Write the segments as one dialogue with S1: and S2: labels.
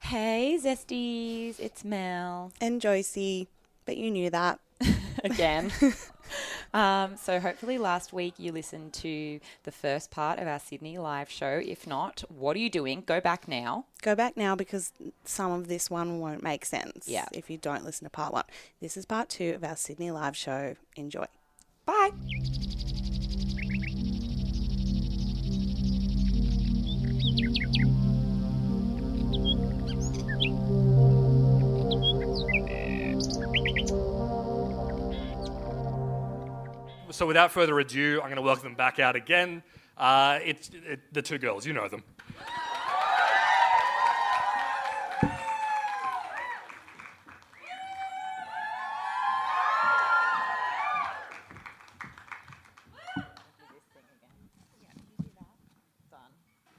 S1: Hey, Zesties, it's Mel
S2: and Josie, but you knew that.
S1: again. um, so, hopefully, last week you listened to the first part of our Sydney live show. If not, what are you doing? Go back now.
S2: Go back now because some of this one won't make sense
S1: Yeah.
S2: if you don't listen to part one. This is part two of our Sydney live show. Enjoy.
S1: Bye.
S3: So without further ado, I'm going to welcome them back out again. Uh, it's it, the two girls, you know them.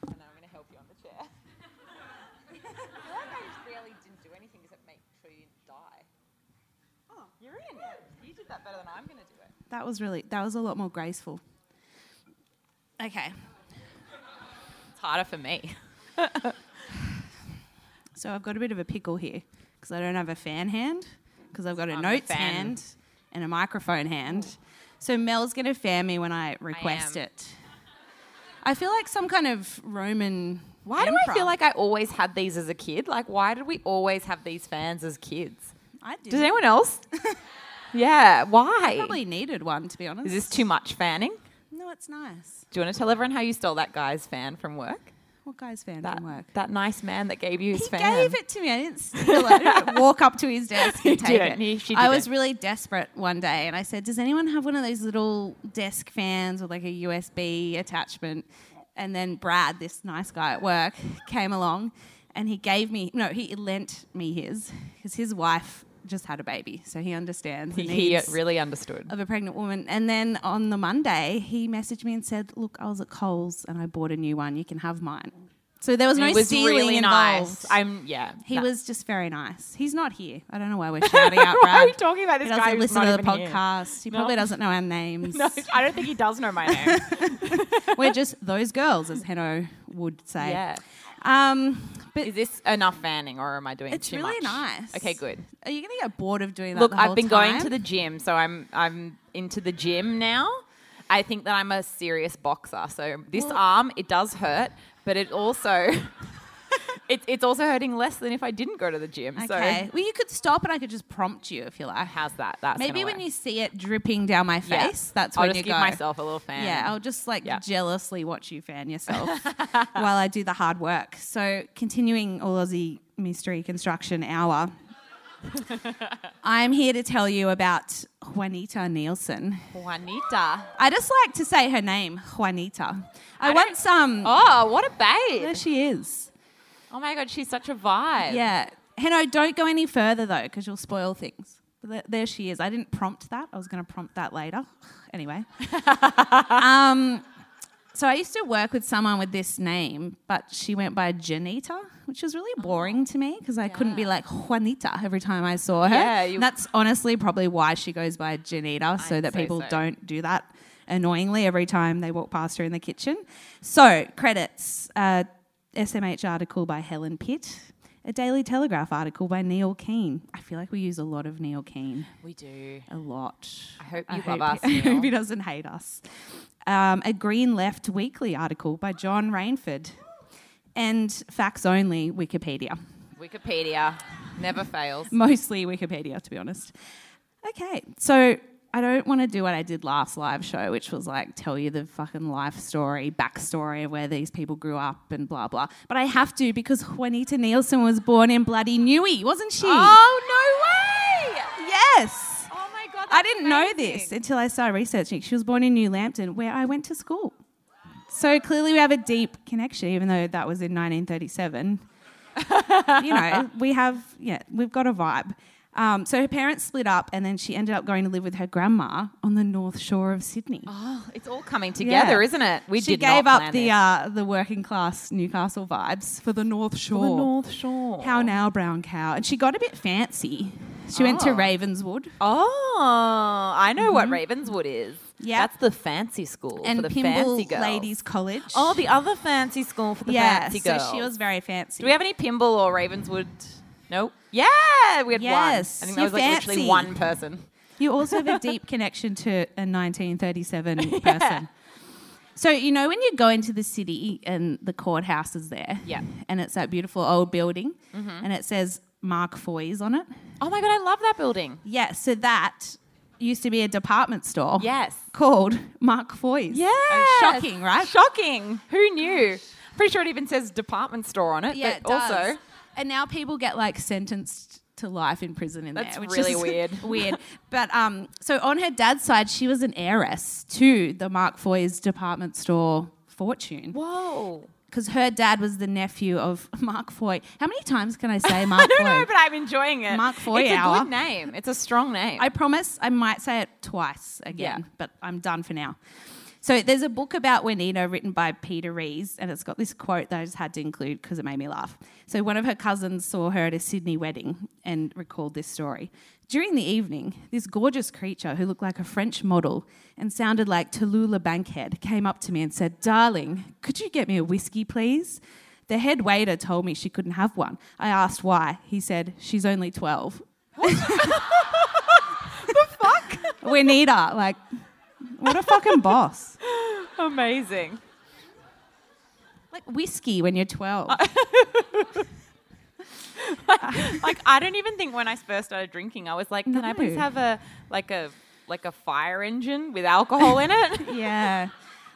S4: and I'm going to help you on the chair. I feel like I just really didn't do anything except make sure you didn't die. Oh, you're in. You did that better than I'm going to do it.
S5: That was really that was a lot more graceful. Okay.
S4: It's harder for me.
S5: So I've got a bit of a pickle here because I don't have a fan hand because I've got a
S4: I'm a
S5: notes
S4: fan.
S5: hand and a microphone hand. So Mel's going to fan me when I request
S4: am.
S5: it. I feel like some kind of Roman
S4: Why do I feel like I always had these as a kid? Like, why did we always have these fans as kids?
S5: I did.
S4: Does anyone else? yeah, why?
S5: probably needed one to be honest?
S4: Is this too much fanning?
S5: no, it's nice.
S4: Do you want to tell everyone how you stole that guy's fan from work?
S5: What guy's fan
S4: That,
S5: didn't work?
S4: that nice man that gave you his
S5: He
S4: fan.
S5: gave it to me. I didn't steal it. I didn't walk up to his desk
S4: You
S5: and take
S4: didn't.
S5: it.
S4: You- she
S5: I was
S4: didn't.
S5: really desperate one day, and I said, "Does anyone have one of those little desk fans with like a USB attachment?" And then Brad, this nice guy at work, came along, and he gave me no, he lent me his because his wife just had a baby, so he understands. the
S4: He uh,
S5: needs
S4: really understood.
S5: of a pregnant woman. And then on the Monday, he messaged me and said, "Look, I was at Coles and I bought a new one. You can have mine." So there was no
S4: He was
S5: stealing
S4: really
S5: involved.
S4: nice. I'm yeah.
S5: He
S4: that-
S5: was just very nice. He's not here. I don't know why we're shouting out
S4: Why
S5: Brad.
S4: are we talking about
S5: he
S4: this
S5: doesn't
S4: guy? who's
S5: listen
S4: not
S5: to the
S4: even here?
S5: podcast. He
S4: No.
S5: probably doesn't know our names.
S4: No, I don't think he does know my name.
S5: We're just those girls, as Heno would say.
S4: yeah.
S5: Um, but
S4: Is this enough fanning, or am I doing
S5: it's
S4: too
S5: really
S4: much?
S5: nice.
S4: Okay, good.
S5: Are you going to get bored of doing that?
S4: Look,
S5: the whole
S4: I've been going
S5: time?
S4: to the gym, so I'm I'm into the gym now. I think that I'm a serious boxer. So this arm, it does hurt, but it also it, it's also hurting less than if I didn't go to the gym.
S5: Okay.
S4: So
S5: Well, you could stop, and I could just prompt you if you like.
S4: how's that? That's
S5: Maybe
S4: gonna
S5: when
S4: work.
S5: you see it dripping down my
S4: Yeah.
S5: face, that's
S4: I'll
S5: when
S4: just
S5: you
S4: give
S5: go.
S4: myself a little fan.
S5: Yeah, I'll just like
S4: Yeah.
S5: jealously watch you fan yourself while I do the hard work. So, continuing All Aussie Mystery Construction Hour, I'm here to tell you about Juanita Nielsen.
S4: Juanita.
S5: I just like to say her name, Juanita. I,
S4: I don't-
S5: once um,
S4: Oh, what a babe!
S5: there she is.
S4: Oh my god, she's such a vibe.
S5: Yeah, Heno, don't go any further though, because you'll spoil things. But th- there she is. I didn't prompt that. I was going to prompt that later. anyway. um, so I used to work with someone with this name, but she went by Janita, which was
S4: Oh.
S5: really boring to me because I couldn't be like Juanita every time I saw her.
S4: Yeah, you-
S5: And that's honestly probably why she goes by Janita, so
S4: I'd
S5: that
S4: say
S5: people
S4: so.
S5: don't do that annoyingly every time they walk past her in the kitchen. So credits: uh, SMH article by Helen Pitt. A Daily Telegraph article by Neil Keane. I feel like we use a lot of Neil Keane
S4: we do.
S5: a lot.
S4: I hope you
S5: hope
S4: love us,
S5: he- I hope
S4: Neil.
S5: he doesn't hate us. Um, a Green Left Weekly article by John Rainford, and facts only Wikipedia,
S4: Wikipedia never fails.
S5: mostly Wikipedia, to be honest. Okay, so I don't want to do what I did last live show, which was like tell you the fucking life story, backstory of where these people grew up and blah blah. But I have to because Juanita Nielsen was born in bloody Newey, wasn't she?
S4: Oh no way!
S5: yes.
S4: Oh my god!
S5: I
S4: that's
S5: didn't know this
S4: amazing.
S5: until I started researching. She was born in New Lambton, where I went to school. So clearly, we have a deep connection, even though that was in 1937. you know, we have, yeah, we've got a vibe. Um, so her parents split up, and then she ended up going to live with her grandma on the north shore of Sydney.
S4: Oh, it's all coming together,
S5: Yeah.
S4: isn't it? We
S5: she
S4: did
S5: gave
S4: not
S5: up
S4: plan
S5: the
S4: this.
S5: uh, the working class Newcastle vibes for the north shore.
S4: the North Shore.
S5: How now, brown cow? And she got a bit fancy. She went to
S4: Oh.
S5: Ravenswood.
S4: Oh, I know what Ravenswood is.
S5: Mm-hmm. Yeah.
S4: That's the fancy school
S5: and
S4: for the
S5: Pimble
S4: fancy girls.
S5: Ladies College.
S4: Oh, the other fancy school for the
S5: yeah.
S4: fancy
S5: so
S4: girls.
S5: she was very fancy.
S4: Do we have any Pimble or Ravenswood? Nope. Yeah, we had
S5: Yes,
S4: one. I think that
S5: you're
S4: was like literally
S5: fancy.
S4: one person.
S5: You also have a deep connection to a 1937 person. So, you know, when you go into the city and the courthouse is there,
S4: Yeah. Mm-hmm.
S5: and it's that beautiful old building, and it says Mark Foy's on it.
S4: Oh my god, I love that building.
S5: Yeah, so that used to be a department store.
S4: Yes.
S5: Called Mark Foy's.
S4: Yeah.
S5: Oh, Shocking, right?
S4: Shocking. Who knew? Pretty sure it even says department store on it.
S5: yeah,
S4: but
S5: it does.
S4: also
S5: And now people get like sentenced to life in prison in
S4: That's
S5: there, which
S4: really
S5: is
S4: weird.
S5: weird. But um, so on her dad's side, she was an heiress to the Mark Foy's department store fortune
S4: Whoa.
S5: because her dad was the nephew of Mark Foy. How many times can I say Mark
S4: I don't
S5: Foy?
S4: know, but I'm enjoying it.
S5: Mark
S4: It's a
S5: Foyauer.
S4: good name. It's a strong name.
S5: I promise I might say it twice again,
S4: Yeah.
S5: but I'm done for now. So there's a book about Juanita written by Peter Rees, and it's got this quote that I just had to include because it made me laugh. So one of her cousins saw her at a Sydney wedding and recalled this story. During the evening, this gorgeous creature who looked like a French model and sounded like Tallulah Bankhead came up to me and said, "Darling, could you get me a whiskey, please?" The head waiter told me she couldn't have one. I asked why. He said, "She's only 12." Juanita, like, what a fucking boss.
S4: Amazing.
S5: Like whiskey when you're 12.
S4: Uh, like I don't even think when I first started drinking, I was like, "Can I please
S5: No.
S4: have a like a like a fire engine with alcohol in it?"
S5: yeah.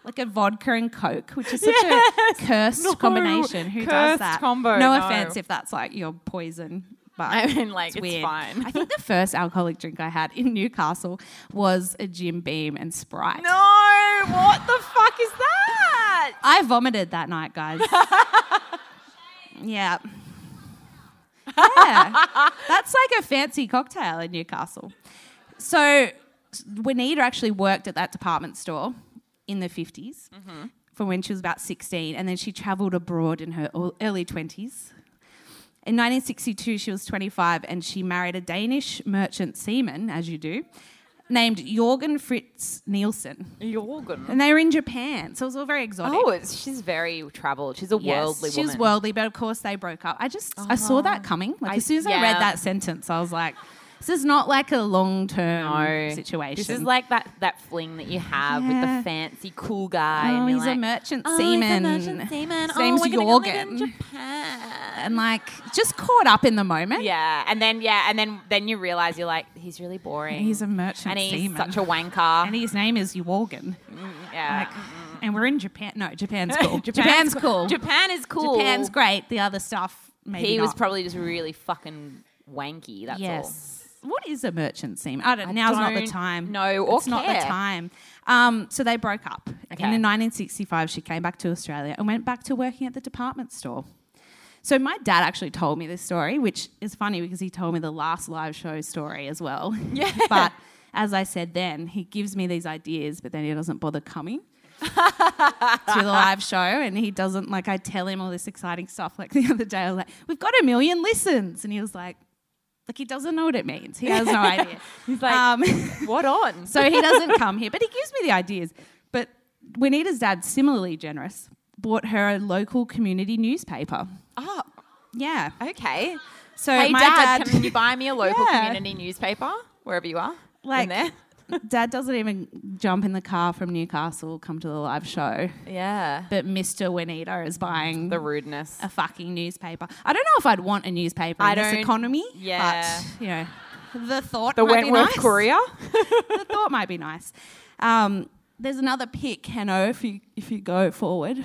S5: Like a vodka and coke, which is such a cursed
S4: No.
S5: combination. Who
S4: Cursed
S5: does that?
S4: combo,
S5: no,
S4: no.
S5: offense if that's like your poison, but
S4: I mean, like, it's
S5: weird.
S4: fine.
S5: I think the first alcoholic drink I had in Newcastle was a Jim Beam and Sprite.
S4: no, what the fuck is that?
S5: I vomited that night, guys. yeah. Yeah. That's like a fancy cocktail in Newcastle. So Juanita actually worked at that department store in the 50s from when she was about 16, and then she traveled abroad in her ear- early 20s. In 1962, she was 25 and she married a Danish merchant seaman, as you do, named Jorgen Fritz Nielsen.
S4: Jorgen.
S5: And they were in Japan, so it was all very exotic.
S4: Oh, it's, she's very traveled. She's a worldly
S5: Yes,
S4: woman. Oh.
S5: She was worldly, but of course they broke up. I just I saw that coming. Like
S4: I-
S5: as soon as I
S4: yeah.
S5: read that sentence, I was like, this is not like a long term
S4: No.
S5: situation.
S4: This is like that, that fling that you have with
S5: Yeah.
S4: the fancy cool guy.
S5: oh,
S4: and you're
S5: he's
S4: like,
S5: a merchant
S4: "Oh, he's a
S5: seaman.
S4: merchant seaman.
S5: His
S4: Oh,
S5: name's
S4: we're gonna go live in
S5: Jorgen.
S4: Japan.
S5: And like just caught up in the moment.
S4: Yeah, and then yeah, and then then you realize you're like he's really boring.
S5: He's a merchant
S4: and he's
S5: seaman.
S4: such a wanker.
S5: and his name is Jorgen.
S4: yeah.
S5: Like, and we're in Japan. No, Japan's cool. Japan's, cool.
S4: Japan is cool.
S5: Japan's great. The other stuff, maybe
S4: He was
S5: not.
S4: probably just really fucking wanky. That's all.
S5: yes. What is a merchant seaman? I don't. now's not the
S4: don't
S5: time.
S4: know or
S5: it's not the
S4: care.
S5: time. Um, so they broke up.
S4: Okay.
S5: And in 1965, she came back to Australia and went back to working at the department store. So my dad actually told me this story, which is funny because he told me the last live show story as well. Yeah. but as I said then, he gives me these ideas, but then he doesn't bother coming to the live show and he doesn't like I tell him all this exciting stuff like the other day I was like we've got a million listens and he was like like he doesn't know what it means he has no idea
S4: He's like,
S5: um,
S4: what on?
S5: so he doesn't come here, but he gives me the ideas. But Juanita's dad, similarly generous, bought her a local community newspaper.
S4: oh,
S5: Yeah.
S4: okay.
S5: So
S4: Hey,
S5: my
S4: dad,
S5: dad,
S4: can you buy me a local
S5: Yeah.
S4: community newspaper wherever you are?
S5: Like-
S4: in there.
S5: dad doesn't even jump in the car from Newcastle, come to the live show.
S4: Yeah. Uh,
S5: But Mr. Juanita is buying
S4: The rudeness.
S5: a fucking newspaper. I don't know if I'd want a newspaper
S4: I
S5: in this
S4: don't-
S5: economy.
S4: yeah.
S5: But, you know, the thought
S4: The
S5: might
S4: Wentworth
S5: be nice.
S4: Courier.
S5: the thought might be nice. Um, there's another pic, Hanno, if you if you go forward.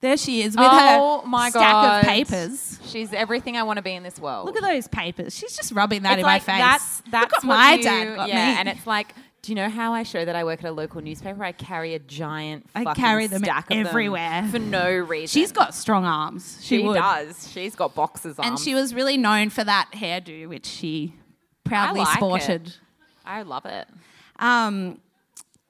S5: There she is with
S4: oh
S5: her
S4: my
S5: stack
S4: god.
S5: of papers.
S4: She's everything I want to be in this world.
S5: Look at those papers. She's just rubbing that
S4: it's
S5: in
S4: like
S5: my face.
S4: That's that's
S5: Look what
S4: what
S5: my
S4: you-
S5: dad got
S4: yeah,
S5: me.
S4: and it's like, do you know how I show that I work at a local newspaper? I carry a giant.
S5: I
S4: fucking
S5: carry them
S4: stack of
S5: everywhere.
S4: for no reason.
S5: She's got strong arms. She,
S4: she
S5: would.
S4: does. She's got boxes on.
S5: And she was really known for that hairdo, which she proudly
S4: like it.
S5: sported.
S4: I love it.
S5: Um,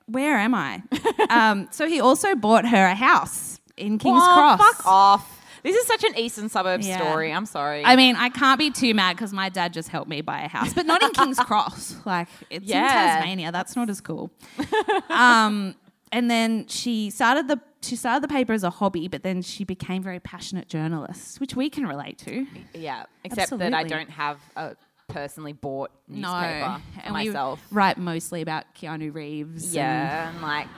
S5: where am I? um, so he also bought her a house in King's
S4: Oh,
S5: Cross.
S4: Fuck off. This is such an eastern suburb
S5: Yeah.
S4: story. I'm sorry.
S5: I mean, I can't be too mad because my dad just helped me buy a house, but not in King's Cross. Like, it's in
S4: Yeah.
S5: Tasmania. That's not as cool. um, and then she started the she started the paper as a hobby, but then she became very passionate journalist, which we can relate to.
S4: yeah, except that I
S5: Absolutely.
S4: don't have a personally bought newspaper for
S5: we
S4: myself.
S5: write mostly about Keanu Reeves. and
S4: yeah, and like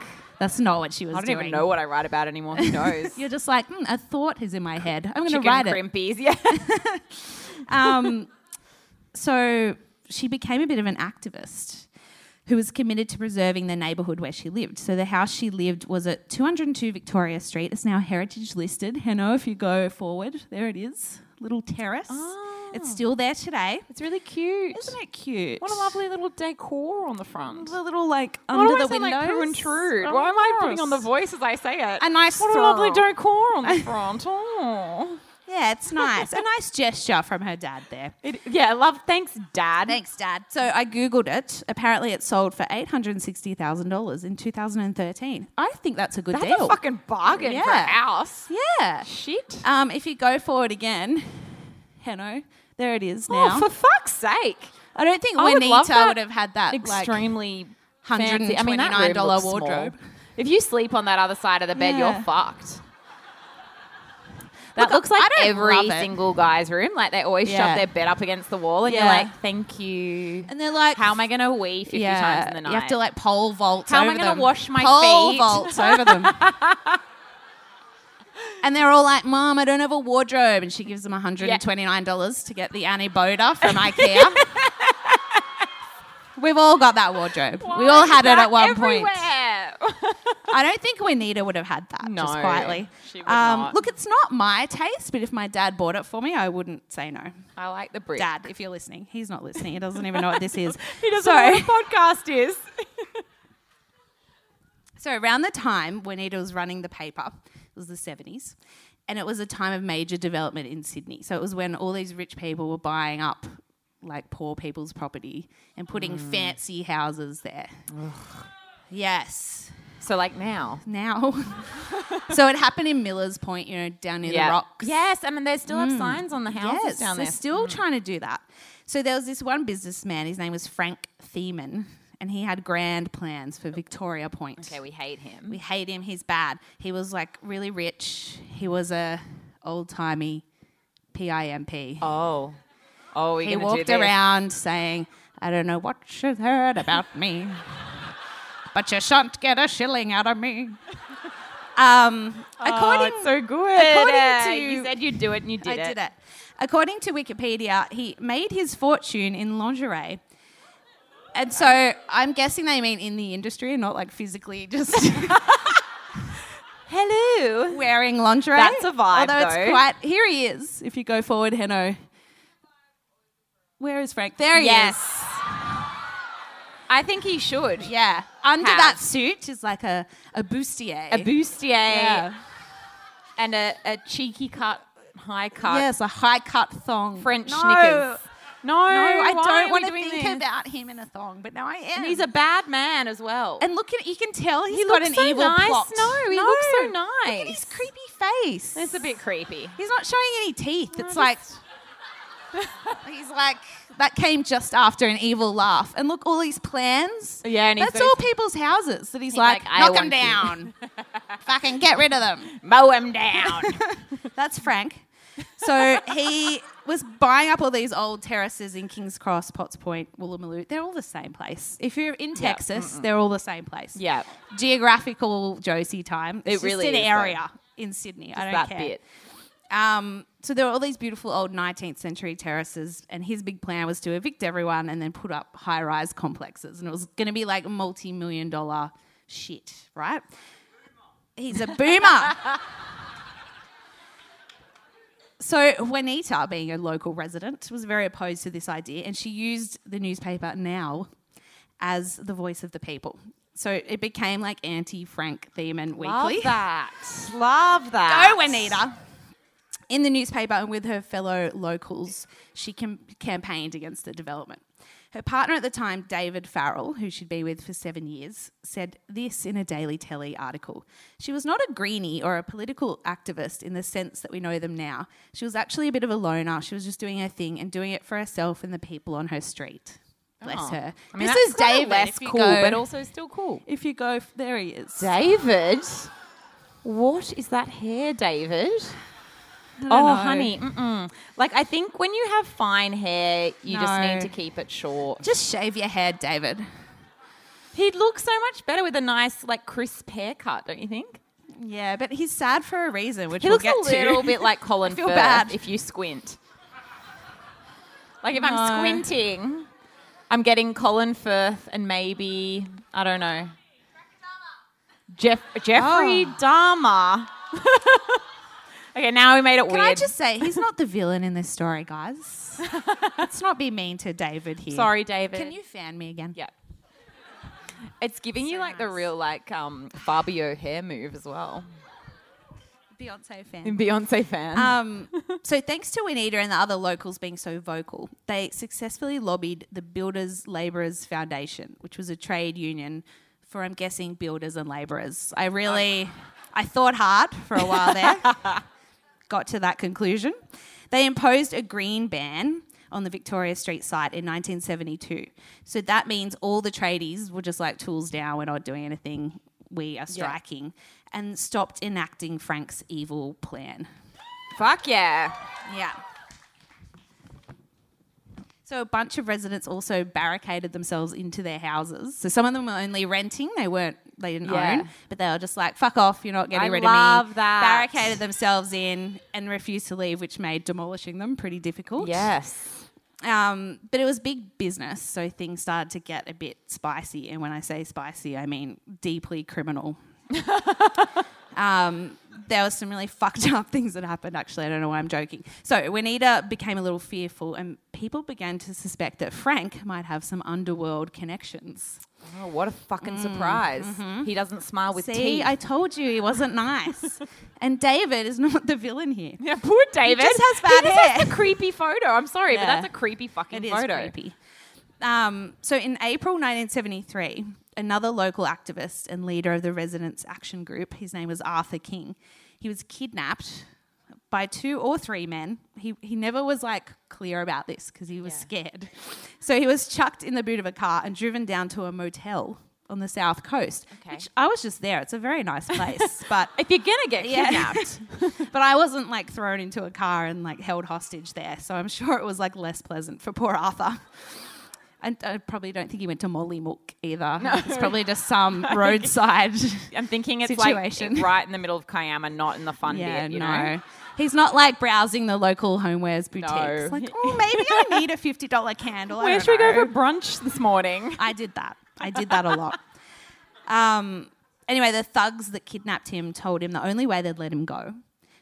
S5: that's not what she was.
S4: I don't
S5: doing.
S4: even know what I write about anymore. Who knows?
S5: You're just like, hmm, a thought is in my head. I'm going to
S4: Chicken
S5: write it.
S4: crimpies. Yeah.
S5: um, so she became a bit of an activist who was committed to preserving the neighbourhood where she lived. So the house she lived was at 202 Victoria Street. It's now heritage listed. Heno, if you go forward, there it is. Little terrace. It's still there today.
S4: Ah. It's really cute.
S5: Isn't it cute?
S4: What a lovely little decor on the front.
S5: The little like
S4: Why do
S5: under
S4: I
S5: the
S4: sound
S5: windows.
S4: like poo and Trude?
S5: Of
S4: Why am I putting on the
S5: course.
S4: voice as Oh, I say it?
S5: A nice
S4: what a lovely
S5: throw.
S4: decor on the front. Oh.
S5: Yeah, it's nice. a nice gesture from her dad there.
S4: It, yeah, love. Thanks, Dad.
S5: Thanks, Dad. So I googled it. Apparently, it sold for eight hundred sixty thousand dollars in two thousand and thirteen. I think that's a good
S4: That's
S5: deal.
S4: a fucking bargain for a
S5: Yeah.
S4: house.
S5: yeah.
S4: Shit.
S5: Um, if you go forward again, Heno, there it is now.
S4: Oh, for fuck's sake.
S5: I don't think
S4: I would
S5: Juanita
S4: love that
S5: would have had
S4: Uh,
S5: that. Like,
S4: Extremely fancy.
S5: $129
S4: I mean, that room looks small.
S5: wardrobe.
S4: If you sleep on that other side of the bed,
S5: Yeah.
S4: you're fucked. That
S5: Look,
S4: looks like
S5: I don't
S4: every
S5: love it.
S4: single guy's room. Like they always
S5: Yeah.
S4: shove their bed up against the wall, and
S5: Yeah.
S4: you're like, "Thank you."
S5: and they're like,
S4: How am I going to wee 50
S5: yeah,
S4: times in the night?
S5: You have to like pole vaults.
S4: How am I
S5: over
S4: gonna
S5: them.
S4: wash my
S5: pole
S4: feet?
S5: vaults over them? And they're all like, "Mom, I don't have a wardrobe," and she gives them one hundred and twenty-nine dollars to get the Annie Boda from IKEA. We've all got that wardrobe. we all had it at one point.
S4: point.
S5: I don't think Juanita would have had that. just
S4: No,
S5: quietly. Um,
S4: she would not.
S5: Look, it's not my taste, but if my dad bought it for me, I wouldn't say no.
S4: I like the brick.
S5: Dad, if you're listening, he's not listening. He doesn't even know what this is.
S4: He doesn't
S5: So-
S4: know what a podcast is.
S5: So around the time when Eda was running the paper, it was the 70s, and it was a time of major development in Sydney. So it was when all these rich people were buying up like poor people's property and putting
S4: Mm.
S5: fancy houses there. Yes.
S4: So like now.
S5: Now. so it happened in Miller's Point, you know, down near the rocks.
S4: Yes, I mean they still have signs on the houses
S5: Yes,
S4: down
S5: they're
S4: there. Mm.
S5: still trying to do that. So there was this one businessman, his name was Frank Thiemann, and he had grand plans for Victoria Point.
S4: okay, we hate him.
S5: We hate him. He's bad. He was like really rich. He was a old timey PIMP.
S4: oh. Oh, we're
S5: he
S4: gonna do
S5: walked
S4: this.
S5: around saying, "I don't know what you heard about me, but you shan't get a shilling out of me." Um, according
S4: Oh, it's so good.
S5: according to-
S4: you said you'd do it and you did
S5: I
S4: it.
S5: did it. According to Wikipedia, he made his fortune in lingerie. And so I'm guessing they mean in the industry and not like physically just
S4: Hello.
S5: wearing lingerie.
S4: That's a vibe,
S5: Although
S4: though.
S5: it's quite. Here he is. If you go forward, Heno. Where is Frank? There he is.
S4: Yes. I think he should.
S5: Yeah. Under
S4: Have.
S5: that suit is like a a bustier.
S4: A bustier
S5: Yeah.
S4: and a, a cheeky cut, high cut.
S5: Yes, a high cut thong.
S4: French
S5: no.
S4: knickers. No,
S5: No, I
S4: why are
S5: don't
S4: we
S5: want to
S4: doing
S5: think
S4: this?
S5: about him in a thong, but now I am.
S4: And he's a bad man as well.
S5: And look at you can tell he's
S4: He
S5: got
S4: looks
S5: an
S4: so
S5: evil
S4: nice.
S5: plot.
S4: No, he looks so
S5: Look at
S4: nice.
S5: his creepy face.
S4: it's a bit creepy.
S5: He's not showing any teeth. It's like he's like that came just after an evil laugh. And look, all these plans.
S4: Yeah, and he's
S5: that's
S4: got
S5: all
S4: his-
S5: people's houses. That he's,
S4: He's
S5: like,
S4: like, "I
S5: knock 'em knock them
S4: want you."
S5: down, fucking get rid of them.
S4: Mow him down.
S5: That's Frank. So he was buying up all these old terraces in King's Cross, Potts Point, Woolloomooloo. They're all the same place. If you're in Texas, they're all the same place.
S4: yeah,
S5: Geographical Josie time. It's
S4: It
S5: just
S4: really
S5: an
S4: is, though.
S5: area in Sydney. I don't
S4: that
S5: care.
S4: bit.
S5: Um, so there were all these beautiful old 19th century terraces, and his big plan was to evict everyone and then put up high rise complexes. And it was going to be like multi million dollar shit, right? He's a boomer. so Juanita, being a local resident, was very opposed to this idea, and she used the newspaper now as the voice of the people. So it became like anti Frank Thiemann Weekly.
S4: Love that. Love that.
S5: Go, Juanita. In the newspaper and with her fellow locals, she cam- campaigned against the development. Her partner at the time, David Farrell, who she'd be with for seven years, said this in a Daily Telly article. She was not a greenie or a political activist in the sense that we know them now. She was actually a bit of a loner. She was just doing her thing and doing it for herself and the people on her street. Bless
S4: Oh.
S5: her.
S4: I mean,
S5: this
S4: that's
S5: is
S4: kinda
S5: David.
S4: Less
S5: if you
S4: cool,
S5: go-
S4: but also still cool.
S5: if you go, there he is.
S4: David, what is that hair, David? Oh,
S5: know.
S4: honey, mm-mm. like I think when you have fine hair, you just
S5: No.
S4: need to keep it short.
S5: Just shave your head, David.
S4: He'd look so much better with a nice, like, crisp haircut, don't you think?
S5: Yeah, but he's sad for a reason, which
S4: He
S5: we'll
S4: looks
S5: get
S4: a little
S5: to.
S4: bit like Colin
S5: feel
S4: Firth
S5: bad.
S4: if you squint. Like if
S5: No.
S4: I'm squinting, I'm getting Colin Firth and maybe I don't know. Jeff Jeffrey
S5: Oh.
S4: Dahmer. okay, now we made it
S5: Can
S4: weird.
S5: I just say he's not the villain in this story, guys? Let's not be mean to David here.
S4: Sorry, David.
S5: Can you fan me again?
S4: Yeah. It's giving you
S5: So
S4: like the
S5: nice.
S4: real like um, Fabio hair move as well.
S5: Beyonce fan.
S4: Beyonce fan.
S5: Um, so thanks to Juanita and the other locals being so vocal, they successfully lobbied the Builders Labourers Foundation, which was a trade union for, I'm guessing, builders and labourers. I really, I thought hard for a while there, got to that conclusion. They imposed a green ban on the Victoria Street site in 1972. So that means all the tradies were just like tools down, we're not doing anything, we are striking, and stopped enacting Frank's evil plan.
S4: Fuck yeah.
S5: Yeah. So a bunch of residents also barricaded themselves into their houses. So some of them were only renting; they weren't, they didn't
S4: Yeah.
S5: own, but they were just like, "Fuck off! You're not getting
S4: I
S5: rid of me."
S4: love that.
S5: Barricaded themselves in and refused to leave, which made demolishing them pretty difficult.
S4: Yes.
S5: Um, but it was big business, so things started to get a bit spicy. And when I say spicy, I mean deeply criminal. um, there was some really fucked up things that happened, actually. I don't know why I'm joking. So, Juanita became a little fearful, and people began to suspect that Frank might have some underworld connections.
S4: Oh, what a fucking surprise. He doesn't smile with
S5: Mm, mm-hmm. See,
S4: teeth.
S5: I told you he wasn't nice. and David is not the villain here.
S4: yeah, poor David.
S5: just has bad
S4: he just
S5: hair.
S4: Has the creepy photo. I'm sorry, but
S5: Yeah.
S4: that's a creepy fucking
S5: It is
S4: photo.
S5: creepy. Um, so in April 1973, another local activist and leader of the Residents Action Group, his name was Arthur King, he was kidnapped by two or three men. He, he never was like clear about this because he was scared. So he was chucked in the boot of a car and driven down to a motel on the south coast,
S4: Okay.
S5: which I was just there. It's a very nice place, but
S4: If you're gonna get
S5: Yeah.
S4: kidnapped,
S5: but I wasn't like thrown into a car and like held hostage there, so I'm sure it was like less pleasant for poor Arthur. And I probably don't think he went to Molly Mook either. It's probably just some roadside.
S4: I'm thinking it's
S5: Situation.
S4: like right in the middle of Kiama, not in the fun
S5: yeah,
S4: bit. You
S5: no.
S4: know,
S5: He's not like browsing the local homewares boutiques.
S4: No.
S5: Like, oh, maybe I need a fifty dollar candle. I
S4: where
S5: don't
S4: should we
S5: know."
S4: go for brunch this morning?
S5: I did that. I did that a lot. Um, anyway, the thugs that kidnapped him told him the only way they'd let him go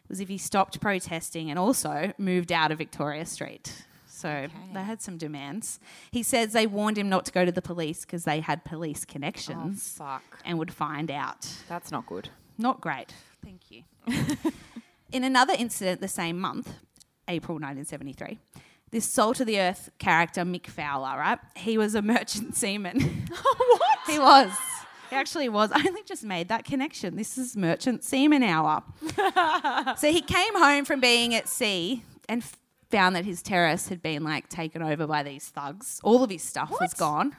S5: was if he stopped protesting and also moved out of Victoria Street. So they had some demands. He says they warned him not to go to the police because they had police connections
S4: Oh, Fuck,
S5: and would find out.
S4: that's not good. Oh,
S5: Not great. Thank you. In another incident the same month, April 1973, this salt of the earth character, Mick Fowler, right? He was a merchant seaman. what? He was. He actually was. I only just made that connection. This is merchant seaman hour. so he came home from being at sea and f- found that his terrace had been like taken over by these thugs. All of his stuff was gone.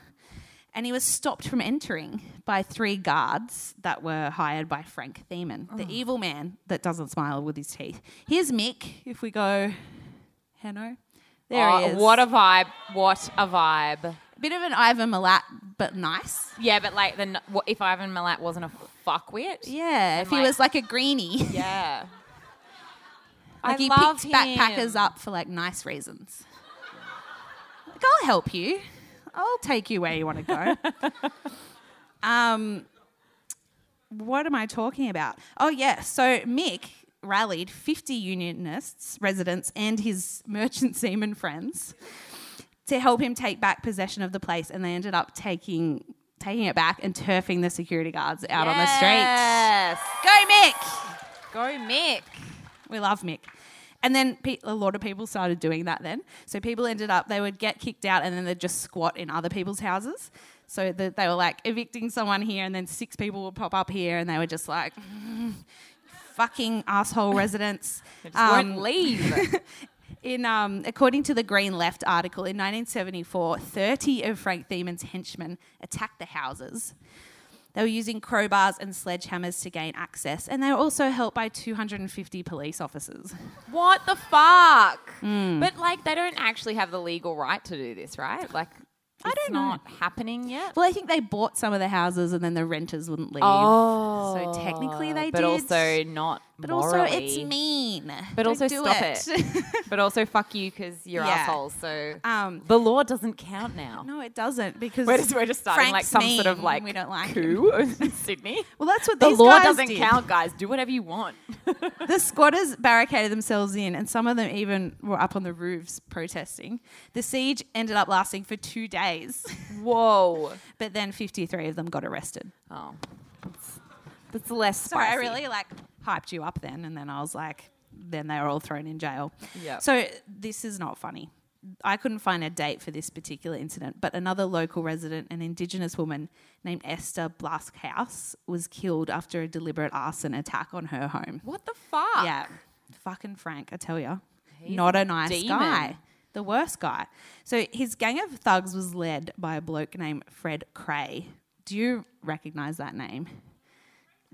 S5: And he was stopped from entering by three guards that were hired by Frank Thiemann, the evil man that doesn't smile with his teeth. Here's Mick, if we go, Hanno. There
S4: Oh,
S5: he is.
S4: What a vibe! What a vibe!
S5: bit of an Ivan Milat, but nice.
S4: Yeah, but like then, what if Ivan Milat wasn't a fuckwit?
S5: Yeah, if he
S4: like-
S5: was like a greenie.
S4: yeah.
S5: Like
S4: I
S5: he
S4: love
S5: picked backpackers
S4: him.
S5: up for like nice reasons. Like I'll help you. I'll take you where you want to go. um, what am I talking about? Oh yeah, so Mick rallied 50 unionists, residents, and his merchant seaman friends to help him take back possession of the place, and they ended up taking taking it back and turfing the security guards out on the street.
S4: Yes.
S5: Go Mick!
S4: Go Mick.
S5: We love Mick. and then pe- a lot of people started doing that then. So people ended up, they would get kicked out and then they'd just squat in other people's houses. So that they were like evicting someone here and then six people would pop up here and they were just like, fucking asshole residents. Um,
S4: won't leave.
S5: In um, according to the Green Left article in 1974, 30 of Frank Thieman's henchmen attacked the houses. They were using crowbars and sledgehammers to gain access, and they were also helped by 250 police officers.
S4: what the fuck? But like, they don't actually have the legal right to do this, right? Like, I
S5: don't
S4: it's
S5: know.
S4: not happening yet.
S5: Well, I think they bought some of the houses, and then the renters wouldn't leave. so technically, they
S4: Oh. but
S5: did.
S4: also not.
S5: but
S4: morally.
S5: also, it's mean.
S4: But also
S5: do
S4: stop but also, fuck you because you're
S5: Yeah.
S4: assholes. So
S5: um,
S4: the law doesn't count now.
S5: no, it doesn't because
S4: We're just, we're just starting like
S5: Frank's
S4: some sort of
S5: mean,
S4: like
S5: we don't like him.
S4: coup in Sydney.
S5: Well, that's what
S4: the
S5: these
S4: law
S5: guys
S4: doesn't
S5: did.
S4: count, guys. Do whatever you want.
S5: the squatters barricaded themselves in, and some of them even were up on the roofs protesting. The siege ended up lasting for two days,
S4: Whoa.
S5: but then 53 of them got arrested.
S4: Oh, that's, that's less
S5: Sorry,
S4: spicy.
S5: I really like hyped you up then, and then I was like, then they were all thrown in jail.
S4: Yep.
S5: So this is not funny. I couldn't find a date for this particular incident, but another local resident, an Indigenous woman named Esther Blaskhouse, was killed after a deliberate arson attack on her home.
S4: What the fuck?
S5: Yeah. Fucking Frank, I tell ya. Not a nice
S4: demon.
S5: guy. The worst guy. So his gang of thugs was led by a bloke named Fred Cray. Do you recognize that name?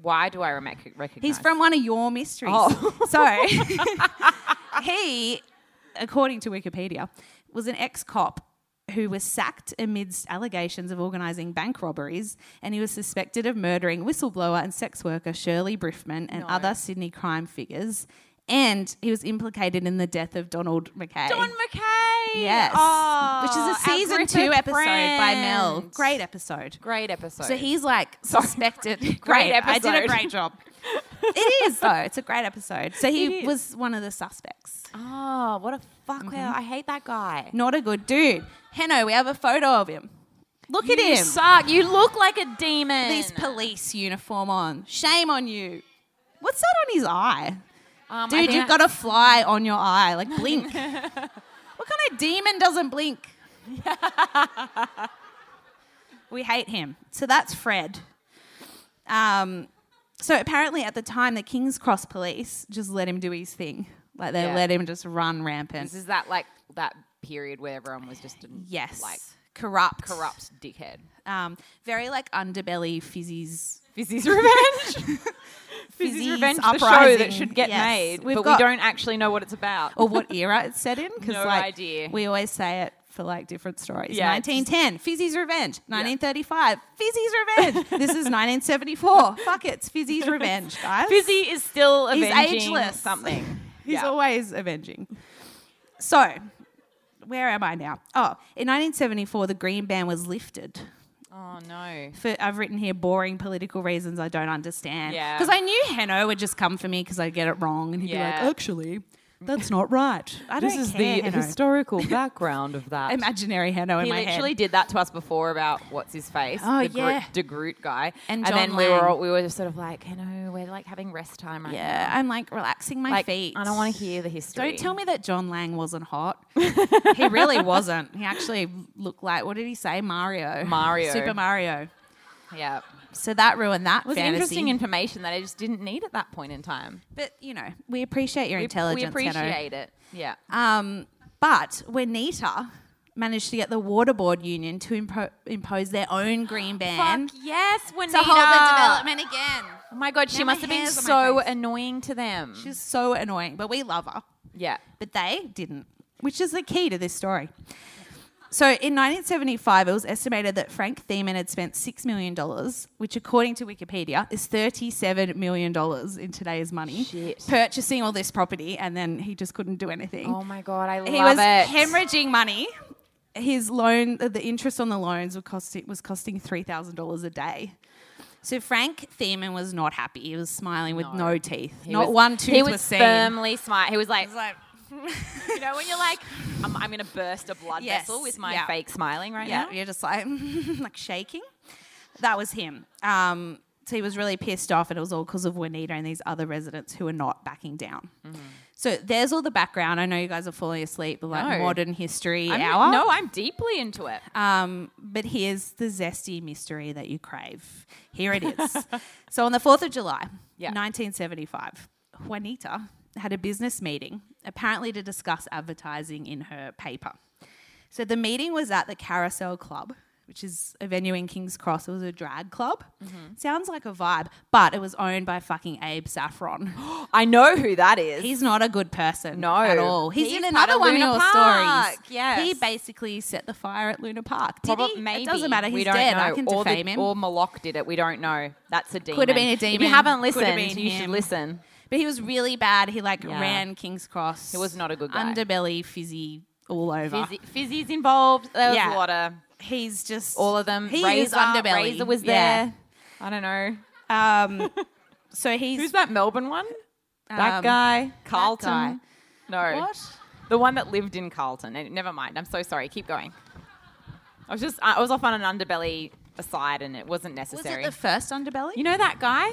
S4: Why do I rec- recognize?
S5: He's from one of your mysteries.
S4: Oh.
S5: So he, according to Wikipedia, was an ex cop who was sacked amidst allegations of organising bank robberies and he was suspected of murdering whistleblower and sex worker Shirley Briffman and other Sydney crime figures. And he was implicated in the death of Donald McKay.
S4: Don McKay.
S5: Yes.
S4: Oh,
S5: Which is a
S4: our
S5: season two
S4: Griffith
S5: episode by Mel.
S4: friend.
S5: Great episode.
S4: Great episode.
S5: So he's like suspected. great, I did a
S4: episode.
S5: great job. it is though. It's a great episode. So he
S4: It is.
S5: was one of the suspects.
S4: Oh, what a fuck!
S5: Mm-hmm.
S4: Wow, I hate that guy.
S5: Not a good dude. Heno, we have a photo of him. Look at
S4: You
S5: him.
S4: suck. You look like a demon.
S5: This police uniform on. Shame on you. What's that on his eye?
S4: Um, I
S5: Dude,
S4: think
S5: you've
S4: I-
S5: got a fly on your eye. Like blink. what kind of demon doesn't blink? we hate him. So that's Fred. Um, so apparently at the time, the King's Cross police just let him do his thing. Like they
S4: Yeah.
S5: let him just run rampant.
S4: This is that like that period where everyone was just a,
S5: yes.
S4: like
S5: corrupt.
S4: corrupt dickhead.
S5: Um, very like underbelly fizzies.
S4: Fizzy's revenge. Fizzy's
S5: Fizzy's
S4: revenge, the show
S5: Uprising.
S4: that should get
S5: Yes.
S4: made,
S5: We've
S4: but
S5: got- Oh,
S4: we don't actually know what it's about.
S5: or what era it's set in because
S4: No
S5: like
S4: idea.
S5: we always say it for like different stories.
S4: Yeah, it's-
S5: 1910, Fizzy's Revenge. 1935, Fizzy's Revenge. this is 1974. Fuck it, it's Fizzy's Revenge, guys.
S4: Fizzy is still
S5: He's
S4: avenging
S5: ageless.
S4: something.
S5: He's
S4: Yeah.
S5: always avenging. So, where am I now? Oh, in 1974, the green ban was lifted.
S4: Oh no.
S5: For, I've written here boring political reasons I don't understand.
S4: Yeah.
S5: Because I knew Heno would just come for me because I'd get it wrong and he'd be
S4: Yeah.
S5: like, actually, that's not right. I
S4: This
S5: don't
S4: is
S5: care,
S4: the
S5: Heno."
S4: historical background of that.
S5: imaginary Hanno in
S4: he
S5: my
S4: literally
S5: head.
S4: did that to us before about what's his face,
S5: Oh,
S4: the Gro-
S5: yeah.
S4: the Groot guy,
S5: And John
S4: then we were
S5: Lang.
S4: all, we were just sort of like, you know, we're like having rest time right
S5: Yeah, I'm like relaxing my
S4: now. Like,
S5: feet.
S4: I don't want to hear the history.
S5: Don't tell me that John Lang wasn't hot. he really wasn't. He actually looked like what did he say? Mario.
S4: Mario.
S5: Super Mario.
S4: Yeah, it
S5: So that ruined that.
S4: was
S5: fantasy.
S4: interesting information that I just didn't need at that point in time.
S5: but you know, we appreciate your
S4: We-
S5: intelligence.
S4: We
S5: Hanno.
S4: appreciate it. Uh, Yeah.
S5: Um, but when Nita managed to get the waterboard union to impo- impose their own green ban
S4: Fuck yes, Juanita.
S5: to hold the development again.
S4: Oh my god, she
S5: Now my
S4: must have been
S5: hairs on my
S4: so
S5: face.
S4: annoying to them.
S5: She's so annoying, but we love her.
S4: yeah.
S5: but they didn't, which is the key to this story. So in 1975, it was estimated that Frank Thiemann had spent $6 million, which, according to Wikipedia, is $37 million in today's money,
S4: Shit.
S5: purchasing all this property, and then he just couldn't do anything.
S4: Oh my god, I
S5: he
S4: love
S5: was
S4: it.
S5: hemorrhaging money. His loan, the interest on the loans were costing, was costing $3,000 a day. So Frank Thiemann was not happy. He was smiling with no,
S4: No.
S5: teeth.
S4: He
S5: not
S4: was-
S5: one tooth
S4: He
S5: was,
S4: was
S5: seen.
S4: firmly smart. He was like,
S5: It's like-
S4: you know, when you're like, I'm, I'm gonna burst a blood
S5: Yes,
S4: vessel with my
S5: yeah.
S4: fake smiling right
S5: Yeah,
S4: now.
S5: you're just like like shaking. That was him. Um,
S4: Mm-hmm.
S5: so he was really pissed off, and it was all because of Juanita and these other residents who were not backing down. So there's all the background. I know you guys are falling asleep, but like
S4: No.
S5: modern history
S4: I'm,
S5: hour.
S4: No, I'm deeply into it.
S5: Um, but here's the zesty mystery that you crave. Here it is. so on the 4th of July,
S4: Yeah.
S5: 1975, Juanita had a business meeting, apparently to discuss advertising in her paper. So the meeting was at the Carousel Club, which is a venue in King's Cross. It was a drag club. Sounds like a vibe, but it was owned by fucking Abe Saffron.
S4: I know who that is.
S5: He's not a good person
S4: No.
S5: at all. He's,
S4: He's
S5: in
S4: part
S5: another
S4: of
S5: one of
S4: Luna
S5: your
S4: Park,
S5: stories.
S4: yes.
S5: He basically set the fire at Luna Park. Did
S4: Probably,
S5: he?
S4: maybe.
S5: It doesn't matter. He's
S4: we don't
S5: dead.
S4: Know.
S5: I can
S4: or
S5: defame
S4: the,
S5: him.
S4: Or Malok did it. We don't know. That's a demon.
S5: been a
S4: If
S5: demon.
S4: you haven't
S5: Could have
S4: listened,
S5: been
S4: you should
S5: him.
S4: listen.
S5: but he was really bad. He like
S4: Yeah.
S5: ran King's Cross. He
S4: was not a good guy.
S5: Underbelly, fizzy, all over.
S4: Fizzy, Fizzy's involved. There was
S5: Ah. Yeah.
S4: water.
S5: He's just
S4: All of them.
S5: He
S4: Razor,
S5: is underbelly.
S4: Razor was
S5: Yeah.
S4: there. I don't know.
S5: Um, so he's
S4: Who's that Melbourne one?
S5: um,
S4: that guy. Carlton. No.
S5: What?
S4: The one that lived in Carlton. Eh, Never mind. I'm so sorry. Keep going. I was just I was off on an underbelly aside and it wasn't
S5: Was
S4: necessary.
S5: it the first Underbelly?
S4: you know that guy?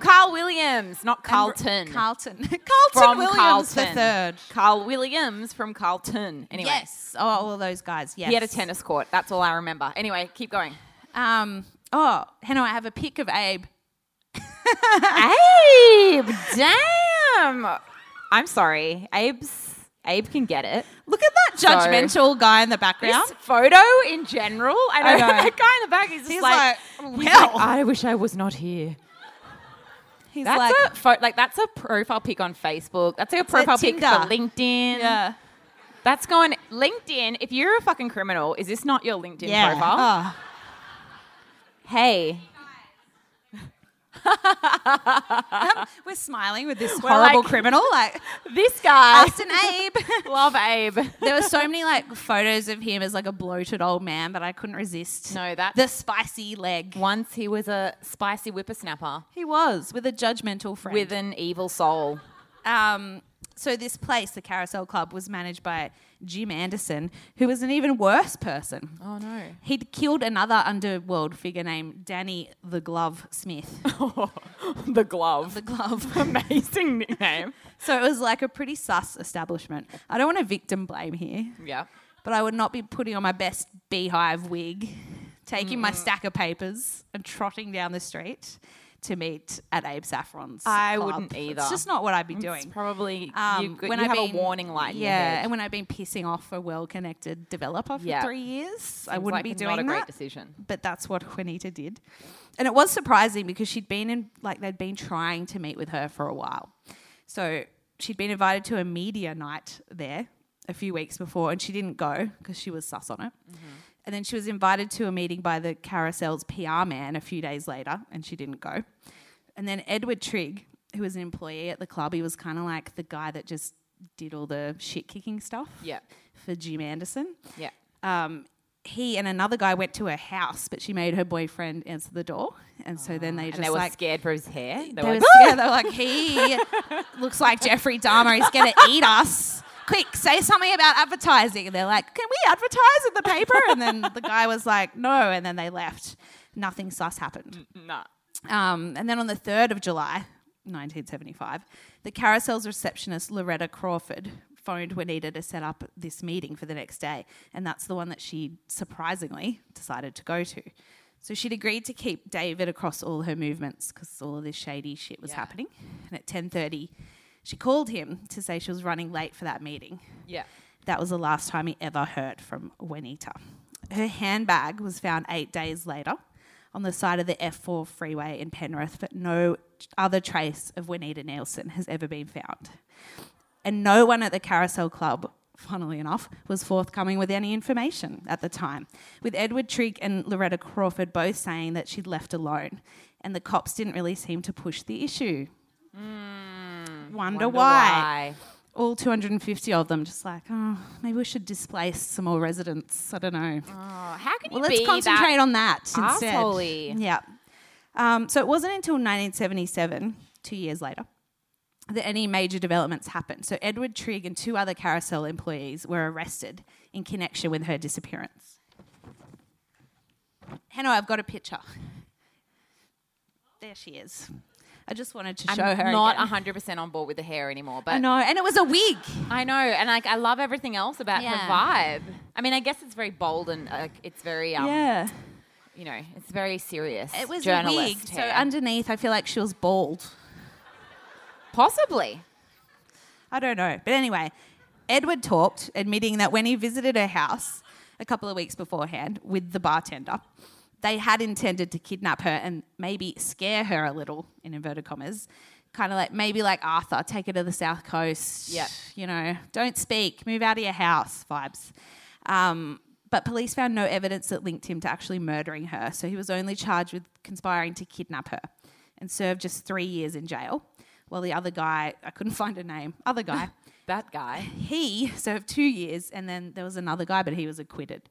S4: Carl Williams, not Carlton.
S5: Carlton. Carlton
S4: from
S5: Williams
S4: Carlton.
S5: the third.
S4: Carl Williams from Carlton. Anyway.
S5: Yes. Oh, all those guys. Yes.
S4: He had a tennis court. That's all I remember. Anyway, keep going.
S5: Um. Oh, Hannah, I have a pic of Abe.
S4: Abe, damn. I'm sorry. Abe's Abe can get it.
S5: Look at that judgmental guy in the background.
S4: This photo in general, I know,
S5: I know.
S4: that guy in the back is just
S5: He's
S4: like,
S5: like,
S4: he's
S5: "Well."
S4: like, I wish I was not here.
S5: He's
S4: That's
S5: like,
S4: a pho- like that's a profile pic on Facebook. That's a profile pic for
S5: Tinder.
S4: LinkedIn.
S5: yeah,
S4: That's going LinkedIn. If you're a fucking criminal, is this not your LinkedIn
S5: yeah.
S4: profile?
S5: Oh.
S4: Oh. Hey,
S5: We're smiling with this
S4: We're
S5: horrible
S4: like-
S5: criminal, like
S4: this guy.
S5: us and Abe.
S4: Love Abe.
S5: there were so many like photos of him as like a bloated old man, but I couldn't resist.
S4: No, that's-
S5: the spicy leg.
S4: Once he was a spicy whippersnapper
S5: He was with a judgmental friend.
S4: with an evil soul.
S5: um, so this place, the Carousel Club, was managed by Jim Anderson, who was an even worse person.
S4: Oh no.
S5: He'd killed another underworld figure named Danny the Glove Smith.
S4: the glove.
S5: the Glove.
S4: Amazing nickname.
S5: So it was like a pretty sus establishment. I don't want to victim blame here,
S4: yeah.
S5: but I would not be putting on my best beehive wig, taking
S4: Mm.
S5: my stack of papers and trotting down the street to meet at Abe Saffron's.
S4: I
S5: club.
S4: wouldn't either.
S5: It's just not what I'd be
S4: It's
S5: doing.
S4: probably
S5: Um,
S4: you, when you have a
S5: been-
S4: warning light.
S5: yeah,
S4: in your head.
S5: and when I've been pissing off a well-connected developer for
S4: Yeah.
S5: three years, I
S4: Seems
S5: wouldn't
S4: like
S5: be doing
S4: not a
S5: that
S4: great decision.
S5: but that's what Juanita did. And it was surprising because she'd been in, like, they'd been trying to meet with her for a while. So she'd been invited to a media night there a few weeks before, and she didn't go because she was sus on it. And then she was invited to a meeting by the Carousel's PR man a few days later, and she didn't go. And then Edward Trigg, who was an employee at the club, he was kind of like the guy that just did all the shit kicking stuff
S4: Yeah.
S5: for Jim Anderson
S4: Yeah.
S5: um, he and another guy went to her house, but she made her boyfriend answer the door, and so then they
S4: Ah,
S5: just
S4: And they were
S5: like
S4: scared for his hair. They,
S5: they
S4: were
S5: were
S4: like,
S5: scared. They were like, he looks like Jeffrey Dahmer. He's gonna eat us. Quick, say something about advertising. And they're like, can we advertise in the paper? And then the guy was like, no. And then they left. Nothing sus happened.
S4: nah.
S5: Um, and then on the 3rd of July, 1975, the Carousel's receptionist, Loretta Crawford, phoned Juanita to set up this meeting for the next day. And that's the one that she surprisingly decided to go to. So she'd agreed to keep David across all her movements because all of this shady shit was happening. And at 10.30, she called him to say she was running late for that meeting.
S4: Yeah.
S5: That was the last time he ever heard from Juanita. Her handbag was found eight days later on the side of the F4 freeway in Penrith, but no other trace of Juanita Nielsen has ever been found. And no one at the Carousel Club, funnily enough, was forthcoming with any information at the time, with Edward Trigg and Loretta Crawford both saying that she'd left alone, and the cops didn't really seem to push the issue. Hmm. Wonder,
S4: Wonder
S5: why all 250 of them just like, oh, maybe we should displace some more residents. I don't know.
S4: Oh, how can
S5: well,
S4: you
S5: let's
S4: be
S5: concentrate
S4: that?
S5: on that instead.
S4: arsehole-y?
S5: Yeah. Um, so it wasn't until 1977, two years later, that any major developments happened. So Edward Trigg and two other Carousel employees were arrested in connection with her disappearance. Hannah, I've got a picture. There she is. I just wanted to
S4: I'm
S5: show her.
S4: not
S5: again.
S4: 100% on board with the hair anymore, but
S5: I know, and it was a wig.
S4: I know, and like I love everything else about
S5: Yeah.
S4: her vibe. I mean, I guess it's very bold and like it's very, um,
S5: yeah,
S4: you know, it's very serious.
S5: it was a
S4: journalist
S5: wig. So
S4: hair.
S5: underneath, I feel like she was bald.
S4: possibly.
S5: I don't know, but anyway, Edward talked, admitting that when he visited her house a couple of weeks beforehand with the bartender, they had intended to kidnap her and maybe scare her a little in inverted commas. Kind of like maybe like Arthur, take her to the south coast.
S4: Yep.
S5: you know, don't speak, move out of your house vibes. Um, but police found no evidence that linked him to actually murdering her, so he was only charged with conspiring to kidnap her and served just three years in jail. While the other guy, I couldn't find a name, other guy,
S4: That guy.
S5: he served two years, and then there was another guy, but he was acquitted.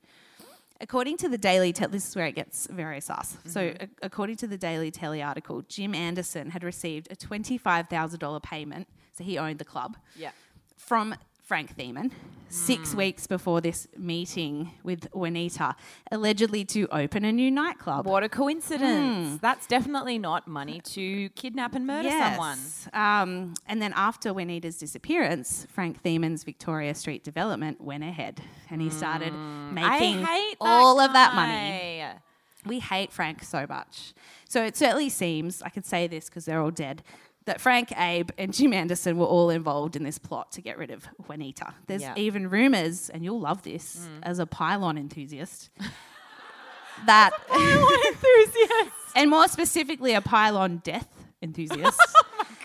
S5: According to the Daily Tell, this is where it gets very sus. So, a- according to the Daily Telly article, Jim Anderson had received a twenty-five thousand dollar payment, so he owned the club
S4: Yeah.
S5: from Frank Thiemann six
S4: Hmm.
S5: weeks before this meeting with Juanita, allegedly to open a new nightclub.
S4: What a coincidence. That's definitely not money to kidnap and murder someone.
S5: Hmm. Yes. Um, and then after Juanita's disappearance, Frank Thiemann's Victoria Street development went ahead and he started
S4: Hmm.
S5: making all of that money.
S4: guy.
S5: We hate Frank so much. So it certainly seems, I can say this because they're all dead, that Frank, Abe, and Jim Anderson were all involved in this plot to get rid of Juanita. There's
S4: Yeah. Mm.
S5: even rumors, and you'll love this as a pylon enthusiast, that.
S4: enthusiast.
S5: and more specifically a pylon death enthusiast.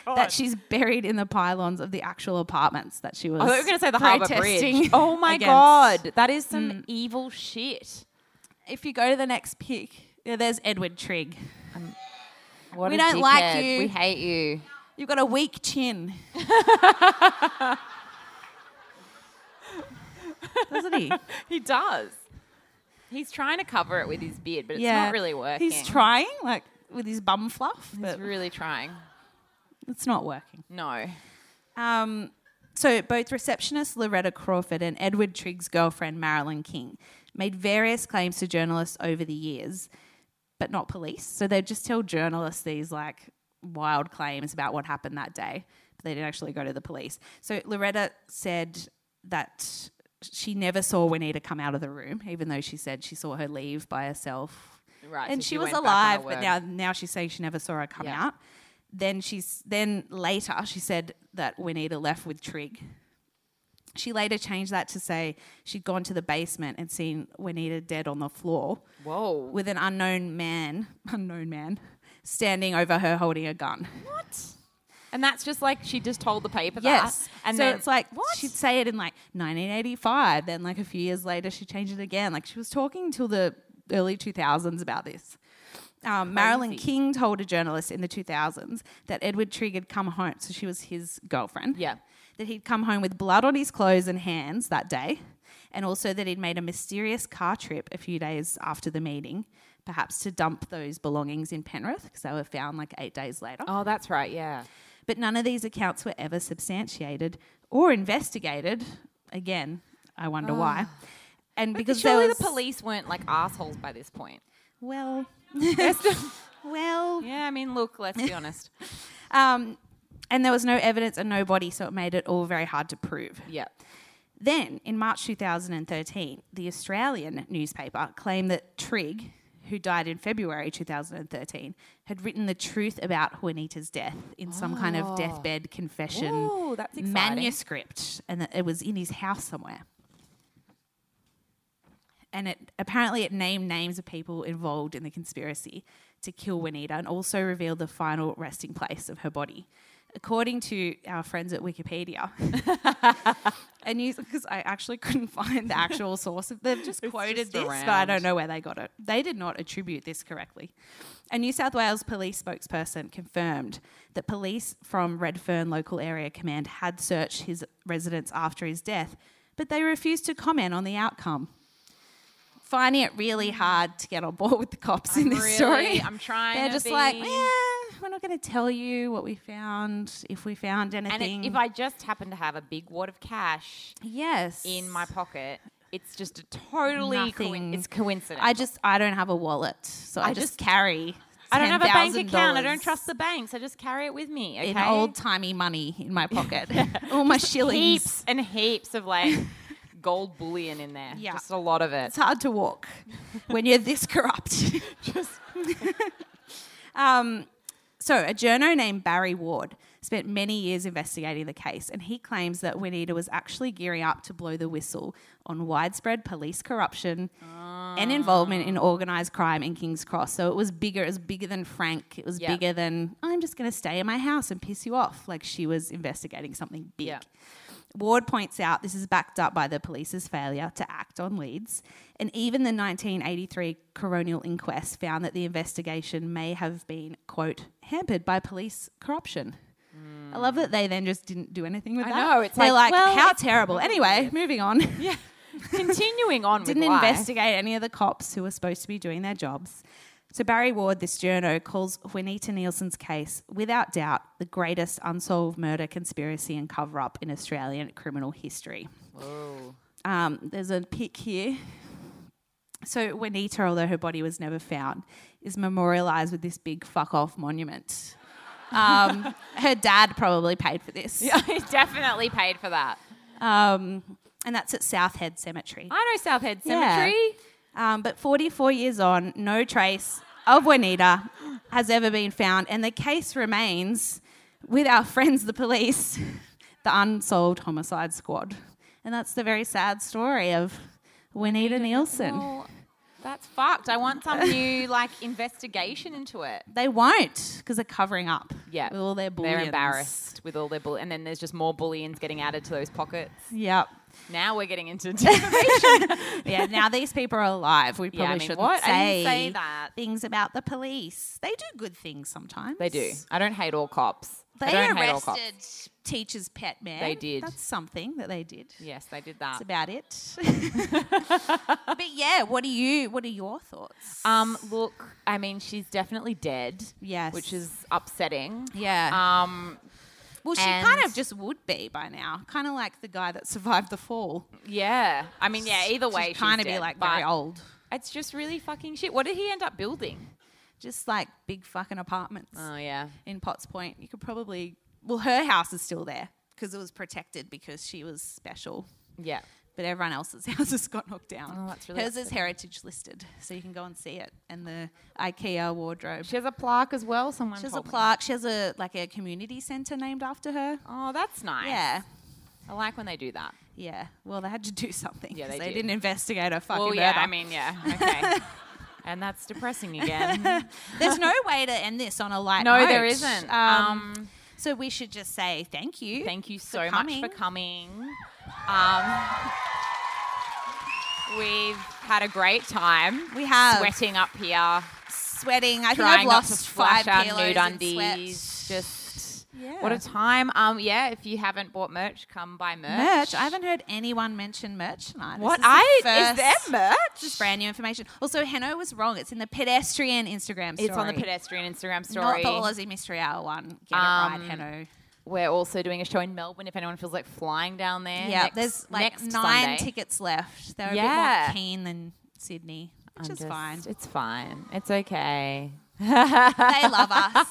S4: Oh
S5: That she's buried in the pylons of the actual apartments that she was.
S4: I thought you were going to say the Harbour Bridge.
S5: protesting
S4: Oh my
S5: against. Mm.
S4: God. That is some evil shit.
S5: If you go to the next pic, yeah, there's Edward Trigg.
S4: What
S5: We
S4: a
S5: don't like
S4: dickhead.
S5: you.
S4: We hate you.
S5: You've got a weak chin. Doesn't he?
S4: He does. He's trying to cover it with his beard, but it's not really working.
S5: He's trying, like with his bum fluff,
S4: He's
S5: but
S4: really trying.
S5: it's not working.
S4: No.
S5: Um, so both receptionist Loretta Crawford and Edward Trigg's girlfriend Marilyn King made various claims to journalists over the years, but not police. So they'd just tell journalists these like wild claims about what happened that day, but they didn't actually go to the police. So Loretta said that she never saw Juanita come out of the room, even though she said she saw her leave by herself.
S4: Right,
S5: and
S4: so
S5: she
S4: she
S5: was
S4: went back on her
S5: alive, but
S4: word.
S5: now now she's saying she never saw her come
S4: Yeah.
S5: out. Then she's then later she said that Juanita left with Trig. She later changed that to say she'd gone to the basement and seen Juanita dead on the floor
S4: Whoa.
S5: with an unknown man, unknown man, standing over her holding a gun.
S4: And that's just like she just told the paper
S5: Yes.
S4: that. And
S5: so
S4: then
S5: it's like
S4: what?
S5: she'd say it in like 1985, then like a few years later she changed it again. Like she was talking till the early 2000s about this. Um, Marilyn King told a journalist in the 2000s that Edward Trigg had come home, so she was his girlfriend.
S4: Yeah.
S5: That he'd come home with blood on his clothes and hands that day, and also that he'd made a mysterious car trip a few days after the meeting, perhaps to dump those belongings in Penrith because they were found like eight days later
S4: oh, that's right. Yeah.
S5: but none of these accounts were ever substantiated or investigated. Again, I wonder why. And because there
S4: Ah. surely
S5: was-
S4: the police weren't like assholes by this point.
S5: well, well,
S4: Yeah, I mean, look, let's be honest.
S5: um, and there was no evidence and no body, so it made it all very hard to prove.
S4: Yeah.
S5: Then, in March 2013, the Australian newspaper claimed that Trigg, who died in February 2013, had written the truth about Juanita's death in some kind of deathbed confession
S4: Ooh, Ah. that's exciting.
S5: manuscript, and that it was in his house somewhere. And it apparently it named names of people involved in the conspiracy to kill Juanita, and also revealed the final resting place of her body, according to our friends at Wikipedia. And you, because I actually couldn't find the actual source. of They've just quoted
S4: just
S5: this, but I
S4: around.
S5: don't know where they got it. They did not attribute this correctly. A New South Wales police spokesperson confirmed that police from Redfern Local Area Command had searched his residence after his death, but they refused to comment on the outcome. Finding it really hard to get on board with the cops in this
S4: Really,
S5: story.
S4: Hmm. I'm trying.
S5: They're
S4: to
S5: just like,
S4: be-
S5: eh, we're not going to tell you what we found, if we found
S4: and
S5: anything.
S4: it, if I just happen to have a big wad of cash
S5: yes.
S4: in my pocket, it's just a totally coin-
S5: Nothing.
S4: it's coincidence.
S5: I just I don't have a wallet, so
S4: I
S5: I,
S4: just-
S5: just, carry
S4: I don't have a bank account. I don't
S5: $10,000
S4: trust the banks. I just carry it with me. Okay.
S5: in old timey money in my pocket. All my shillings.
S4: heaps and heaps of like gold bullion in there.
S5: Yeah.
S4: Just a lot of it.
S5: It's hard to walk when you're this corrupt.
S4: Just
S5: Um, so, a journo named Barry Ward spent many years investigating the case, and he claims that Juanita was actually gearing up to blow the whistle on widespread police corruption and involvement in organised crime in King's Cross. So, it was bigger. It was bigger than Frank. It was
S4: Yeah.
S5: bigger than, I'm just going to stay in my house and piss you off. Like, she was investigating something big.
S4: Yeah.
S5: Ward points out this is backed up by the police's failure to act on leads, and even the 1983 coronial inquest found that the investigation may have been, quote, hampered by police corruption. I love that they then just didn't do anything with
S4: I
S5: that.
S4: know, it's
S5: They're
S4: like,
S5: like,
S4: well,
S5: how
S4: it's
S5: terrible. Anyway, moving on.
S4: yeah. Continuing on
S5: Didn't
S4: with life.
S5: investigate any of the cops who were supposed to be doing their jobs. So Barry Ward, this journo, calls Juanita Nielsen's case without doubt the greatest unsolved murder, conspiracy, and cover up in Australian criminal history.
S4: Whoa.
S5: Um, there's a pic here. So Juanita, although her body was never found, is memorialized with this big fuck off monument. Um, her dad probably paid for this.
S4: I definitely paid for that.
S5: Um, and that's at South Head Cemetery.
S4: I know South Head
S5: Yeah.
S4: Cemetery.
S5: Um, but 44 years on, no trace of Juanita has ever been found. And the case remains with our friends, the police, the unsolved homicide squad. And that's the very sad story of Juanita Nielsen.
S4: Well, that's fucked. I want some new like investigation into it.
S5: They won't because they're covering up.
S4: Yeah.
S5: with all their bullions.
S4: They're embarrassed with all their bull, and then there's just more bullions getting added to those pockets.
S5: Yep.
S4: Now we're getting into information.
S5: Yeah. Now these people are alive. We probably
S4: yeah, I mean,
S5: shouldn't
S4: what? I
S5: say,
S4: didn't say that.
S5: things about the police. They do good things sometimes.
S4: They do. I don't hate all cops. I
S5: They
S4: don't hate all cops.
S5: arrested teacher's pet man.
S4: They did.
S5: That's something that they did.
S4: Yes, they did that.
S5: That's about it. but yeah, what are you? What are your thoughts?
S4: Um, look, I mean, she's definitely dead.
S5: Yes.
S4: which is upsetting.
S5: yeah.
S4: Um,
S5: Uh, well, she kind
S4: and-
S5: of just would be by now, kind of like the guy that survived the fall.
S4: yeah. I mean, yeah. Either way, she's
S5: kind of be
S4: dead,
S5: like
S4: but
S5: very old,
S4: It's just really fucking shit. What did he end up building?
S5: just like big fucking apartments
S4: yeah.
S5: in Potts Point. You could probably. Well, her house is still there because it was protected because she was special.
S4: Yeah.
S5: but everyone else's houses got knocked down.
S4: Oh, that's really
S5: Hers is heritage listed, so you can go and see it. And the IKEA wardrobe.
S4: She has a plaque as well. Someone
S5: She has a
S4: told me.
S5: plaque. She has a like a community center named after her.
S4: Oh, that's nice.
S5: Yeah,
S4: I like when they do that.
S5: yeah. Well, they had to do something.
S4: Yeah,
S5: 'cause
S4: they
S5: they
S4: did.
S5: not investigate her fucking
S4: well, yeah.
S5: murder.
S4: I mean, yeah. Okay. and that's depressing again.
S5: There's no way to end this on a light
S4: no,
S5: note.
S4: there isn't.
S5: Um,
S4: um,
S5: so we should just say thank you.
S4: Thank you
S5: for
S4: so much for
S5: coming.
S4: coming. Um, we've had a great time.
S5: We have.
S4: sweating up here,
S5: Sweating. I think
S4: trying
S5: I've
S4: not
S5: lost
S4: to
S5: five
S4: flush our
S5: kilos
S4: nude
S5: in sweat.
S4: undies. Just
S5: Yeah.
S4: what a time. Um, yeah. If you haven't bought merch, come buy merch.
S5: merch. I haven't heard anyone mention merch tonight. This
S4: What
S5: is the
S4: I
S5: first-
S4: is there merch?
S5: Just brand new information. Also, Heno was wrong. It's in the pedestrian Instagram story.
S4: It's on the pedestrian Instagram story.
S5: Not the Aussie Mystery Hour one. Get
S4: Um,
S5: it right, Heno.
S4: We're also doing a show in Melbourne. If anyone feels like flying down there,
S5: Yeah,
S4: next-
S5: there's like
S4: next
S5: nine
S4: Sunday.
S5: tickets left. They're a bit
S4: Yeah.
S5: more keen than Sydney, which
S4: I'm
S5: is
S4: just-
S5: fine.
S4: It's fine. It's okay.
S5: they love us.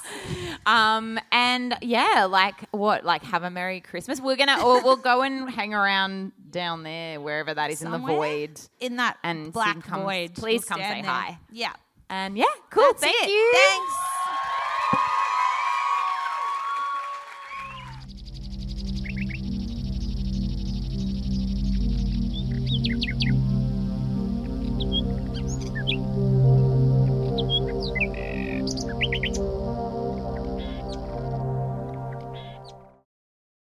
S4: Um, and yeah, like what? Like have a merry Christmas. We're gonna or we'll go and hang around down there wherever that is in the
S5: Somewhere?
S4: void.
S5: In that
S4: And so you
S5: black
S4: can come-
S5: void.
S4: please come
S5: stand
S4: say
S5: there.
S4: hi.
S5: Yeah.
S4: And yeah, cool.
S5: That's
S4: Thank
S5: it.
S4: you.
S5: Thanks.